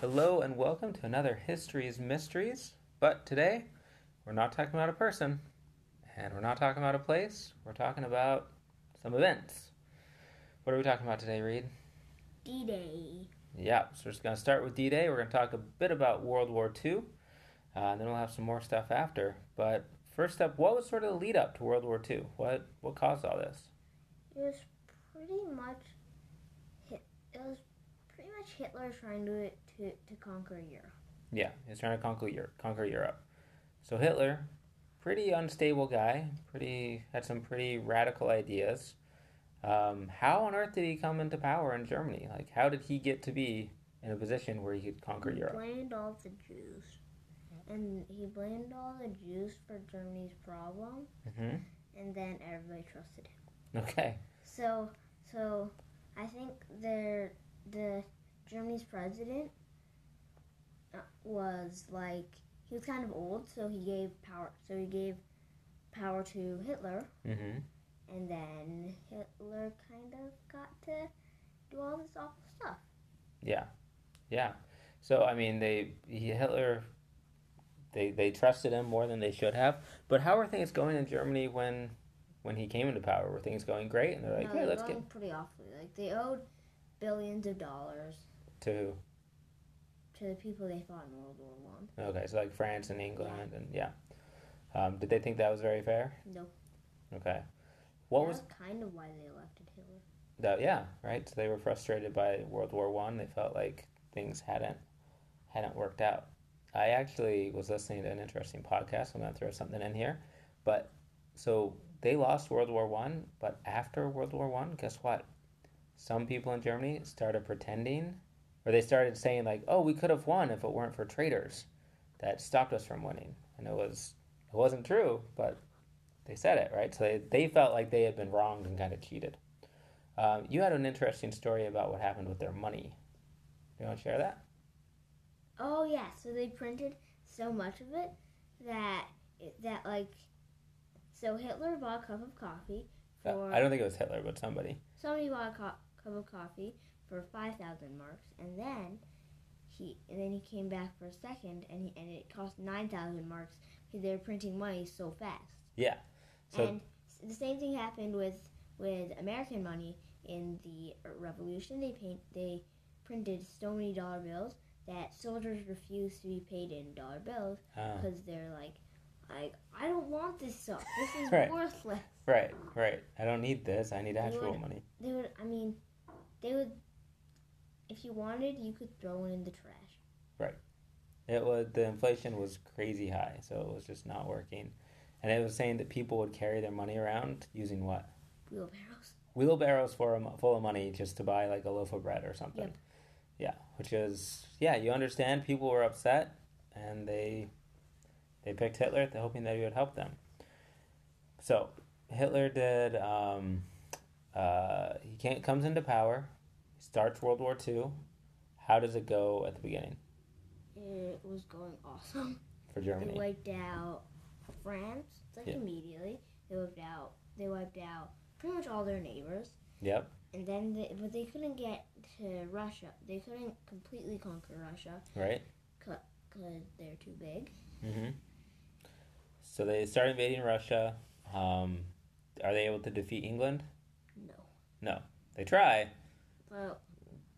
Hello and welcome to another History's Mysteries. But today, we're not talking about a person, and we're not talking about a place, we're talking about some events. What are we talking about today, Reed? D Day. Yeah, so we're just going to start with D Day. We're going to talk a bit about World War II, uh, and then we'll have some more stuff after. But first up, what was sort of the lead up to World War II? What, what caused all this? It was pretty much hit. It was pretty much Hitler trying to to, to conquer Europe. Yeah, he's trying to conquer Europe. Conquer Europe. So Hitler, pretty unstable guy. Pretty had some pretty radical ideas. Um, how on earth did he come into power in Germany? Like, how did he get to be in a position where he could conquer he Europe? blamed all the Jews, and he blamed all the Jews for Germany's problem, hmm and then everybody trusted him. Okay. So so, I think their the Germany's president uh, was like he was kind of old, so he gave power. So he gave power to Hitler. hmm And then Hitler kind of got to do all this awful stuff. Yeah, yeah. So I mean, they he, Hitler, they they trusted him more than they should have. But how were things going in Germany when when he came into power? Were things going great? And they're like, No, hey, they're let's going get pretty awfully. Like they owed billions of dollars to who? to the people they fought in World War One. Okay, so like France and England and yeah. Um, did they think that was very fair? No, Okay. What that was kind of why they elected Hitler. that? Yeah, right. So they were frustrated by World War One. They felt like things hadn't hadn't worked out. I actually was listening to an interesting podcast. I'm gonna throw something in here, but so they lost World War One, but after World War One, guess what? Some people in Germany started pretending, or they started saying like, "Oh, we could have won if it weren't for traitors that stopped us from winning," and it was it wasn't true, but they said it right. So they they felt like they had been wronged and kind of cheated. Um, you had an interesting story about what happened with their money. You want to share that? Oh yeah, so they printed so much of it that it, that like so Hitler bought a cup of coffee Uh, for I don't think it was Hitler, but somebody. somebody bought a co- cup of coffee for five thousand marks, and then he and then he came back for a second, and he, and it cost nine thousand marks because they were printing money so fast. Yeah. So- and s- the same thing happened with with American money in the Revolution. They paint they printed so many dollar bills that soldiers refused to be paid in dollar bills Uh, because they're like, like I don't want this stuff. This is Right. worthless. right, right. I don't need this. I need actual would- money. They would. I mean, they would. If you wanted, you could throw it in the trash. It was the inflation was crazy high, so it was just not working. And it was saying that people would carry their money around using what Wheelbarrows. wheelbarrows for a mo- full of money just to buy like a loaf of bread or something. Yep. Yeah, which is yeah, you understand. People were upset, and they they picked Hitler, hoping that he would help them. So Hitler did. Um, uh, he can't comes into power, starts World War II. How does it go at the beginning It was going awesome. for They Germany? wiped out France like Yeah. immediately. They wiped out. They wiped out pretty much all their neighbors. Yep. And then, they, but they couldn't get to Russia. They couldn't completely conquer Russia Right. because they're too big. hmm So they start invading Russia. Um, are they able to defeat England? No, They try. but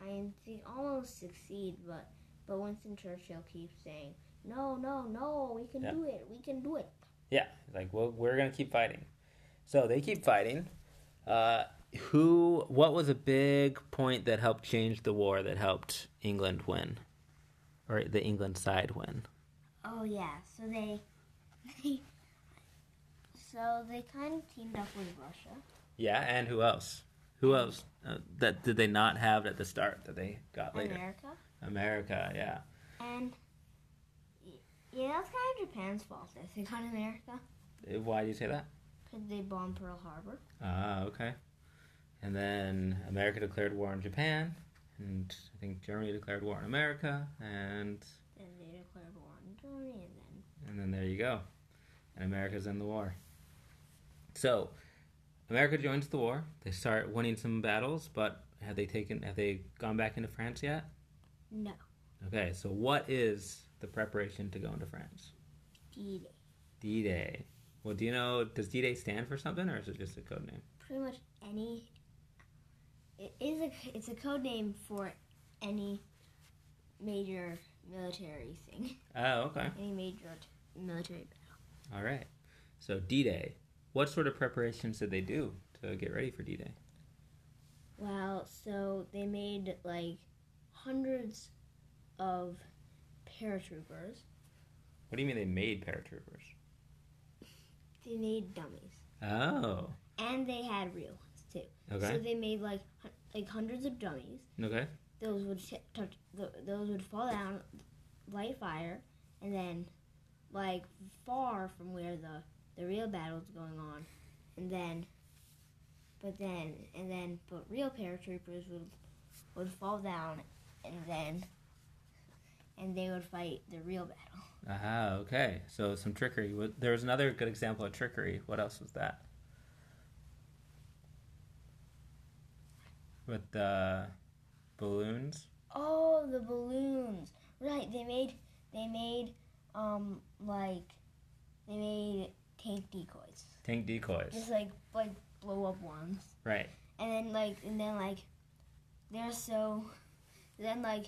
I think almost succeed. But but Winston Churchill keeps saying, "No, no, no, we can Yeah. do it. We can do it." Yeah, like well, we're gonna keep fighting. So they keep fighting. Uh, who? What was a big point that helped change the war? That helped England win, or the England side win? Oh yeah, so they, they so they kind of teamed up with Russia. Yeah, and who else? Who else? Uh, that did they not have at the start that they got later? America. America, yeah. And y- yeah, that's kind of Japan's fault that they got America Uh, Why do you say that? because they bombed Pearl Harbor. Ah, okay. And then America declared war on Japan, and I think Germany declared war on America, and Then they declared war on Germany, and then and then there you go. And America's in the war. So, America joins the war. They start winning some battles, but have they taken? Have they gone back into France yet? no, Okay, so what is the preparation to go into France? D-Day. D Day. Well, do you know, does D Day stand for something or is it just a code name? Pretty much any. It is a it's a code name for any major military thing. Oh, okay. Any major military. All right. So, D Day. What sort of preparations did they do to get ready for D Day? Wow. So they made like hundreds of paratroopers. What do you mean they made paratroopers? They made dummies, Oh, and they had real ones too. So okay. they made like hun- like hundreds of dummies. Okay. Those would sh- touch. th- Those would fall down, light fire, and then, like far from where the the real battle's going on, and then, but then and then, but real paratroopers would would fall down, and then, and they would fight the real battle. Ah, okay. So, some trickery. Wa- There was another good example of trickery. What else was that? With the balloons? Oh, the balloons! Right, they made they made um like they made tank decoys, Tank decoys. just like like blow up ones. Right. and then like and then like they're so then like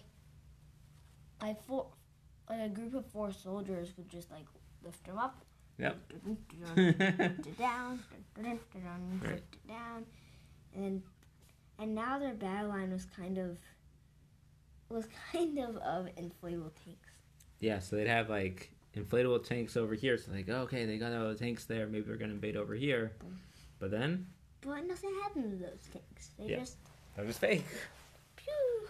like four like a group of four soldiers would just like lift them up Yep. lift it down lift it down Right. lift it down and then and now their battle line was kind of was kind of of inflatable tanks Yeah, so they'd have like inflatable tanks over here. So like, okay, they got all the tanks there. Maybe they're gonna invade over here. But then but nothing happened to those tanks they Yeah. just that was fake. pew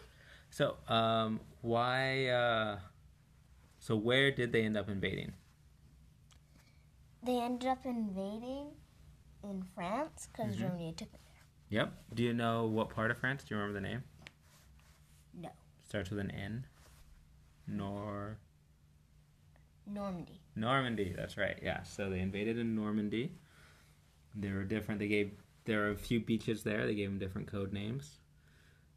So, um, why? Uh, so where did they end up invading? they ended up invading in france because Mhm. germany took it Yep. Do you know what part of France? Do you remember the name? No. Starts with an N. Nor normandy Normandy. That's right. Yeah. So they invaded in Normandy. They were different. They gave there were a few beaches there. They gave them different code names.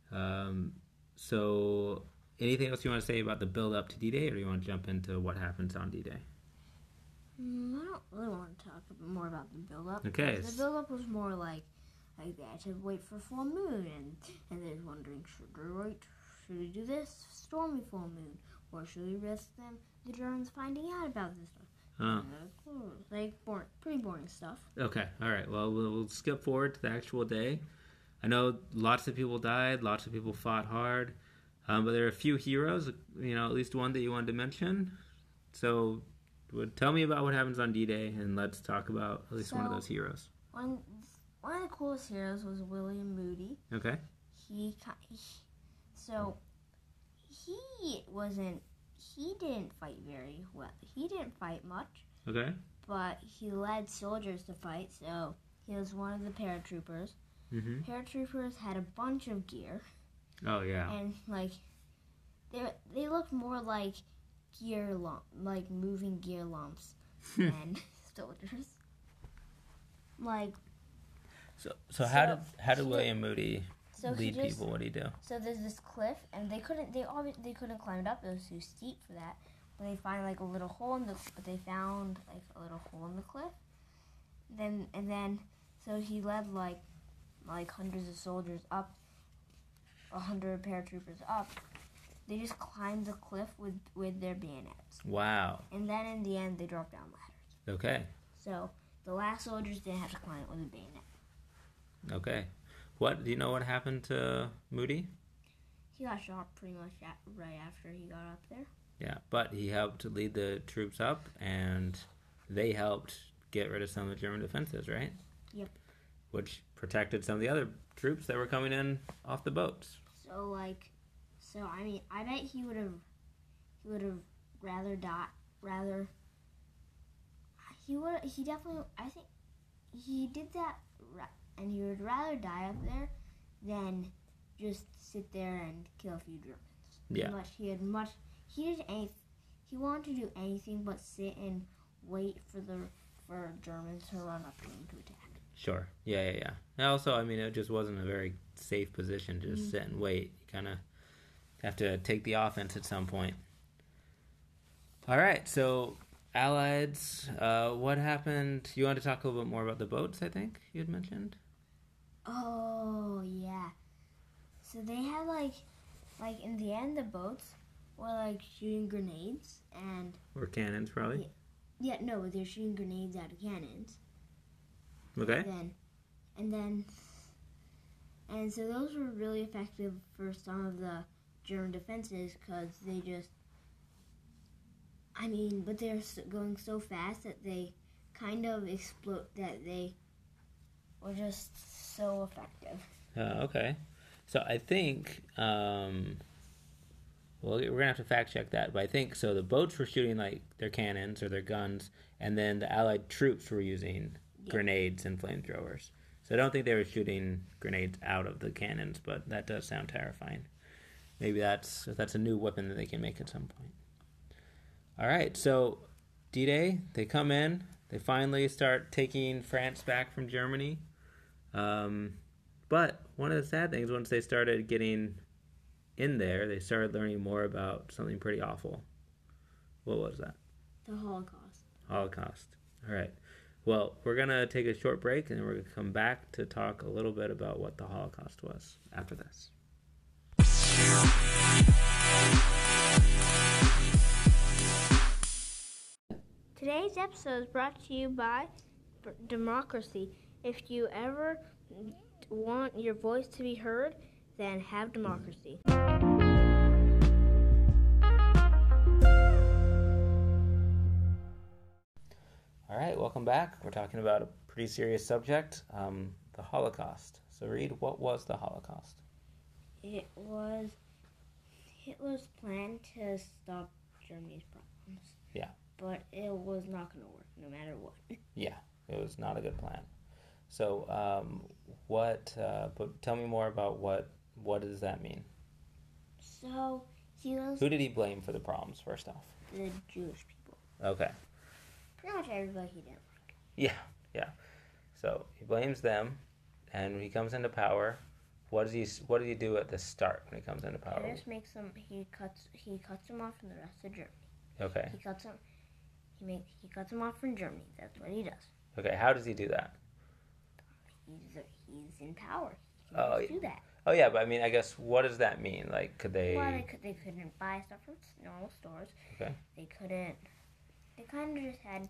Um, so anything else you want to say about the build up to D Day, or do you want to jump into what happens on D Day? Mm, I don't really want to talk more about the build up. Okay. The build up was more like like they had to wait for full moon and and they're wondering should we wait should we do this stormy full moon or should we risk them the Germans finding out about this one? Uh, Like boring, pretty boring stuff. okay. All right. Well, well, we'll skip forward to the actual day. I know lots of people died. Lots of people fought hard. Um, but there are a few heroes. You know, at least one that you wanted to mention. So, would tell me about what happens on D Day, and let's talk about at least one of So- those heroes. One one of the coolest heroes was William Moody. Okay. he, ki- he- so he wasn't he didn't fight very well he didn't fight much Okay. but he led soldiers to fight so he was one of the paratroopers hmm paratroopers had a bunch of gear Oh yeah. and like they they looked more like gear lump like moving gear lumps Hmm. than soldiers like so so how so did how did he- William Moody so he lead just people? What did he do? So there's this cliff, and they couldn't. They obviously they couldn't climb it up. It was too steep for that. But they find like a little hole in the. But they found like a little hole in the cliff. Then and then, so he led like, like hundreds of soldiers up. A hundred paratroopers up. They just climbed the cliff with with their bayonets, Wow. and then in the end they dropped down ladders. Okay. So the last soldiers didn't have to climb it with a bayonet. Okay. What do you know? What happened to Moody? He got shot pretty much at, right after he got up there. Yeah, but he helped lead the troops up, and they helped get rid of some of the German defenses, right? Yep. Which protected some of the other troops that were coming in off the boats. So like, so I mean, I bet he would have, he would have rather die, rather. He would. He definitely. I think he did that, ra- and he would rather die up there than just sit there and kill a few Germans. He Yeah. Much. He had much. He did any. He wanted to do anything but sit and wait for the for Germans to run up to him to attack. Sure. Yeah, yeah, Mm-hmm. yeah. And also, I mean, it just wasn't a very safe position to just sit and wait. You kind of Have to take the offense at some point. All right, so Allieds, uh, what happened? You want to talk a little bit more about the boats? I think you had mentioned. Oh yeah. So they had like, like in the end, the boats were like shooting grenades, and Or cannons, probably. yeah, no, they're shooting grenades out of cannons. Okay. Then, and then, and so those were really effective for some of the German defenses because they just, I mean, but they're s- going so fast that they kind of explode. That they were just so effective. Uh, okay. So I think, um, well, we're gonna have to fact check that, but I think so. The boats were shooting like their cannons or their guns, and then the Allied troops were using Yeah. grenades and flamethrowers. So I don't think they were shooting grenades out of the cannons, but that does sound terrifying. Maybe that's that's a new weapon that they can make at some point. All right, so D-Day, they come in, they finally start taking France back from Germany. Um, but one of the sad things, once they started getting in there, they started learning more about something pretty awful. What was that? The Holocaust. Holocaust. All right. Well, we're going to take a short break and then we're going to come back to talk a little bit about what the Holocaust was after this. Today's episode is brought to you by B- Democracy. If you ever want your voice to be heard, then have democracy. All right. Welcome back. We're talking about a pretty serious subject um, the Holocaust. So, Reed, what was the Holocaust? It was Hitler's plan to stop Germany's problems. Yeah. But it was not going to work, no matter what. Yeah, it was not a good plan. So, um, what? Uh, but tell me more about what. What does that mean? So he was Who did he blame for the problems? First off, the Jewish people. okay, Pretty much everybody he did. yeah, yeah. So he blames them, and when he comes into power, what does he? What did he do at the start when he comes into power? Paris makes them. He cuts. He cuts them off from the rest of Germany. Okay, He cuts them. He makes. He cuts them off from Germany. That's what he does. okay. How does he do that? He's the- he's in power. He can Oh, just yeah. do that. Oh yeah, but I mean, I guess what does that mean? Like, could they? Well, they could. They couldn't buy stuff from s- normal stores. Okay. They couldn't. They kind of just had.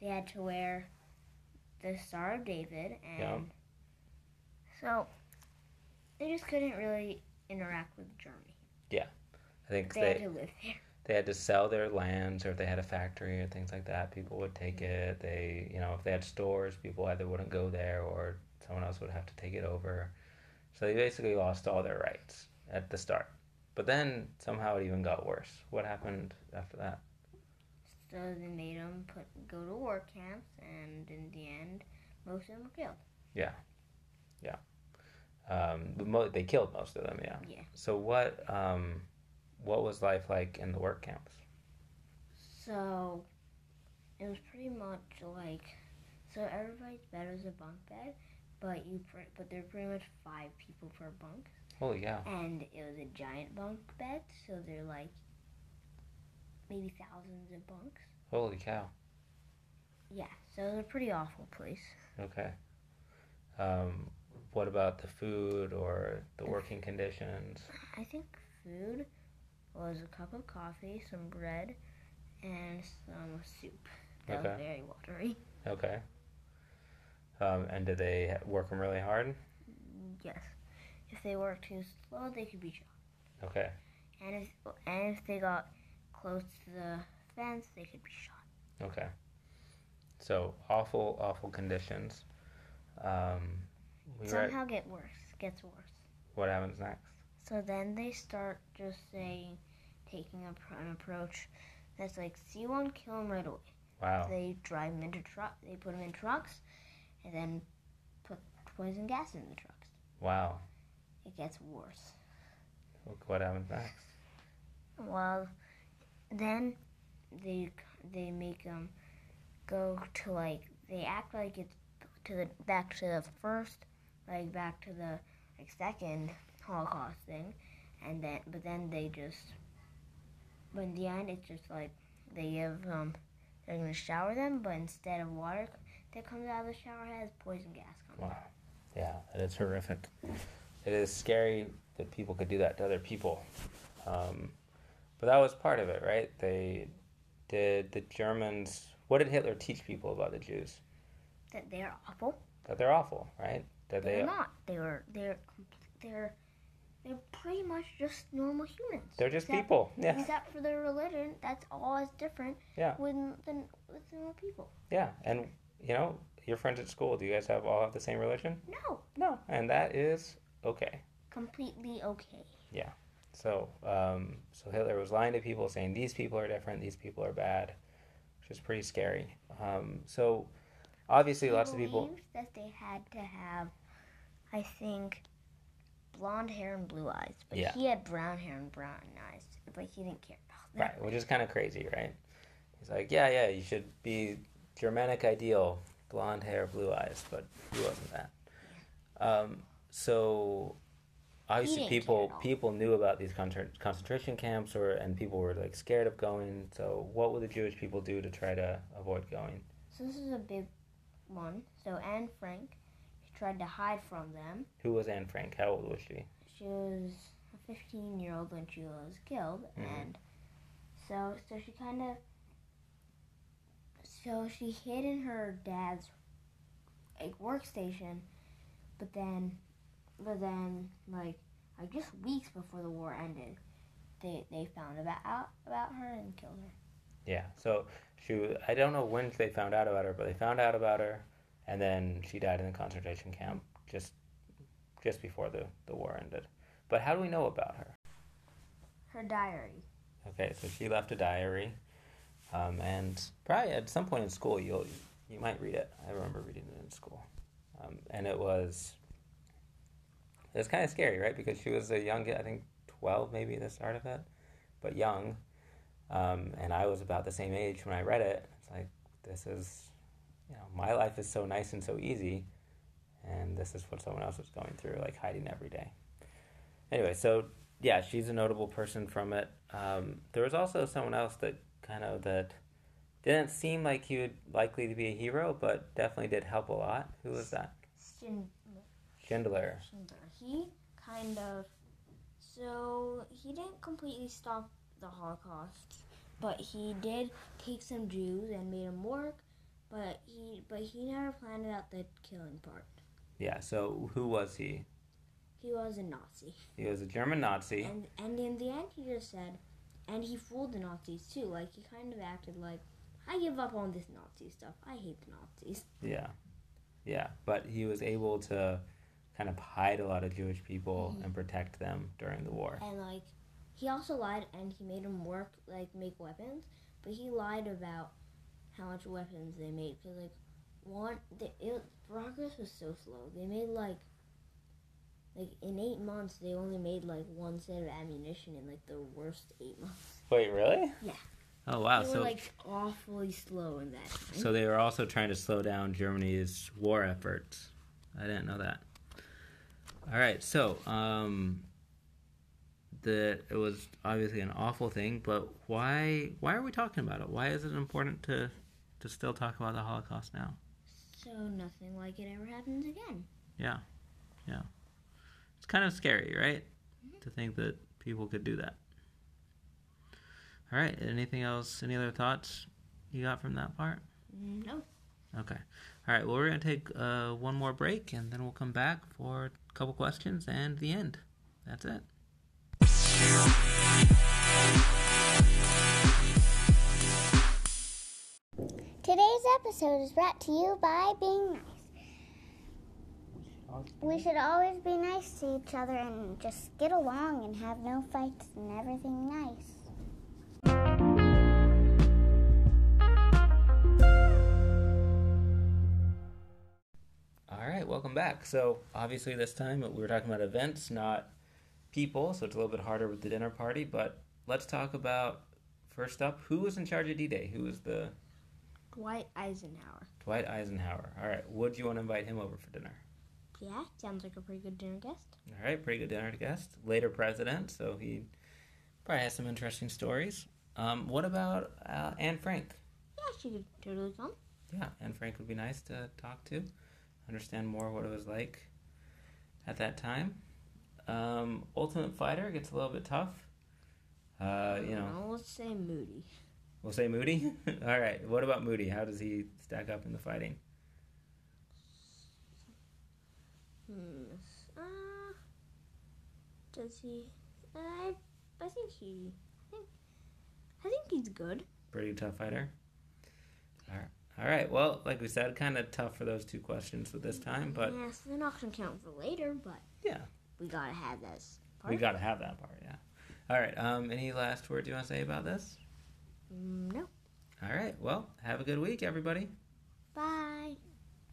They had to wear the Star of David and. Yeah. So, they just couldn't really interact with Germany. I think They, they had to live there. they had to sell their lands or if they had a factory or things like that people would take it they you know if they had stores people either wouldn't go there or someone else would have to take it over so they basically lost all their rights at the start but then somehow it even got worse what happened after that So they made them put go to war camps, and in the end, most of them were killed. um, the mo- they killed most of them yeah Yeah. so what um, what was life like in the work camps So it was pretty much like so everybody's bed was a bunk bed, but you pr- but there were pretty much five people per bunk, holy yeah and it was a giant bunk bed, so they're like maybe thousands of bunks. holy cow Yeah, so it was a pretty awful place. okay um, what about the food or the working conditions I think food was a cup of coffee, some bread, and some soup. That was Okay. very watery. Okay. Um, and did they work them really hard? Yes. If they worked too slow, they could be shot. Okay. And if, and if they got close to the fence, they could be shot. Okay. So awful, awful conditions. Um, we were at- Somehow get worse, gets worse. what happens next? So then they start just saying, taking a, pr- an approach that's like, see one, kill him right away. Wow. They drive them into truck. They put them in trucks, and then put poison gas in the trucks. Wow. It gets worse. Look what happens next? Well, then they they make them go to like they act like it's to the back to the first, like back to the like second Holocaust thing, and then but then they just but in the end it's just like they give um they're gonna shower them but instead of water that comes out of the shower head poison gas comes Wow. Yeah, that is horrific. It is scary that people could do that to other people. Um, but that was part of it, right? They did the Germans. What did Hitler teach people about the Jews? that they are awful That they're awful, right? That they're they not they were they're compl- they're they're pretty much just normal humans they're just Except- people. Yeah, except for their religion that's all that's different Yeah. with, than with normal people yeah. And you know, your friends at school. Do you guys have all have the same religion? no No, and that is okay. completely okay So, um, so Hitler was lying to people, saying these people are different, these people are bad, which is pretty scary. Um, so, obviously, He lots of people. believed that they had to have, I think, blonde hair and blue eyes. But Yeah. he had brown hair and brown eyes. But he didn't care Oh, about that. Right, which is kind of crazy, right? He's like, yeah, yeah, you should be Germanic ideal, blonde hair, blue eyes, but he wasn't that. Um, so obviously, didn't care people at all. people knew about these contra- concentration camps, or and people were like scared of going. So, what would the Jewish people do to try to avoid going? So this is a big one. So Anne Frank tried to hide from them. Who was Anne Frank? How old was she? She was a 15 year old when she was killed, Mhm. and so so she kind of so she hid in her dad's like workstation, but then but then like like just weeks before the war ended, they they found about out about her and killed her. Yeah. So she, wa- I don't know when they found out about her, but they found out about her, and then she died in the concentration camp just, just before the the war ended. But how do we know about her? Her diary. Okay, so she left a diary, um, and probably at some point in school you'll you might read it. I remember reading it in school, um, and it was it was kind of scary, right? Because she was a young, I think twelve maybe at the start of it, but young, um, and I was about the same age when I read it. It's like this is, you know, my life is so nice and so easy, and this is what someone else was going through, like hiding every day. Anyway, so yeah, she's a notable person from it. Um, there was also someone else that kind of that didn't seem like he would likely to be a hero, but definitely did help a lot. Who was that? Schindler. Schindler. Schindler. He kind of so he didn't completely stop the Holocaust, but he did take some Jews and made them work. But he but he never planned out the killing part. Yeah. So who was he? He was a Nazi, He was a German Nazi. and and in the end, he just said, and he fooled the Nazis too. Like he kind of acted like. I give up on this Nazi stuff. I hate the Nazis. Yeah. Yeah. But he was able to kind of hide a lot of Jewish people Mm-hmm. and protect them during the war. And like, he also lied and he made them work like make weapons, but he lied about how much weapons they made because like one the it, progress was so slow. They made like like in eight months they only made like one set of ammunition in like the worst eight months. Wait, really? Yeah. Oh wow. they So were like awfully slow in that. Time. so they were also trying to slow down Germany's war efforts. I didn't know that. All right. So um, the it was obviously an awful thing, but why why are we talking about it? Why is it important to to still talk about the Holocaust now? so nothing like it ever happens again. Yeah, yeah. It's kind of scary, right? To think that people could do that. All right. Anything else? Any other thoughts you got from that part? No. Okay. All right. Well, we're gonna take uh, one more break, and then we'll come back for a couple questions and the end. That's it. Today's episode is brought to you by being nice. We should always be nice to each other and just get along and have no fights and everything nice. All right, welcome back. So, obviously, this time we were talking about events, not people, so it's a little bit harder with the dinner party. But let's talk about first up who was in charge of D Day? Who was the Dwight Eisenhower. Dwight Eisenhower? All right, would you want to invite him over for dinner? Yeah, sounds like a pretty good dinner guest. All right, pretty good dinner guest. Later president, so he probably has some interesting stories. Um, what about uh, Anne Frank? Yeah, she could totally come. Yeah, Anne Frank would be nice to talk to, understand more what it was like at that time. Um, Ultimate Fighter gets a little bit tough. Uh, you know, No, let's say Moody. we'll say Moody. All right, what about Moody? How does he stack up in the fighting? Hmm. Uh, does he? I I think he. I think I think he's good. Pretty tough fighter. All right. All right. Well, like we said, kind of tough for those two questions for this time, but yeah, so they're not gonna count for later, but Yeah. we gotta have this. we got to have that part. Yeah. All right. Um, any last words you want to say about this? Mm, no. All right. Well, have a good week, everybody. Bye.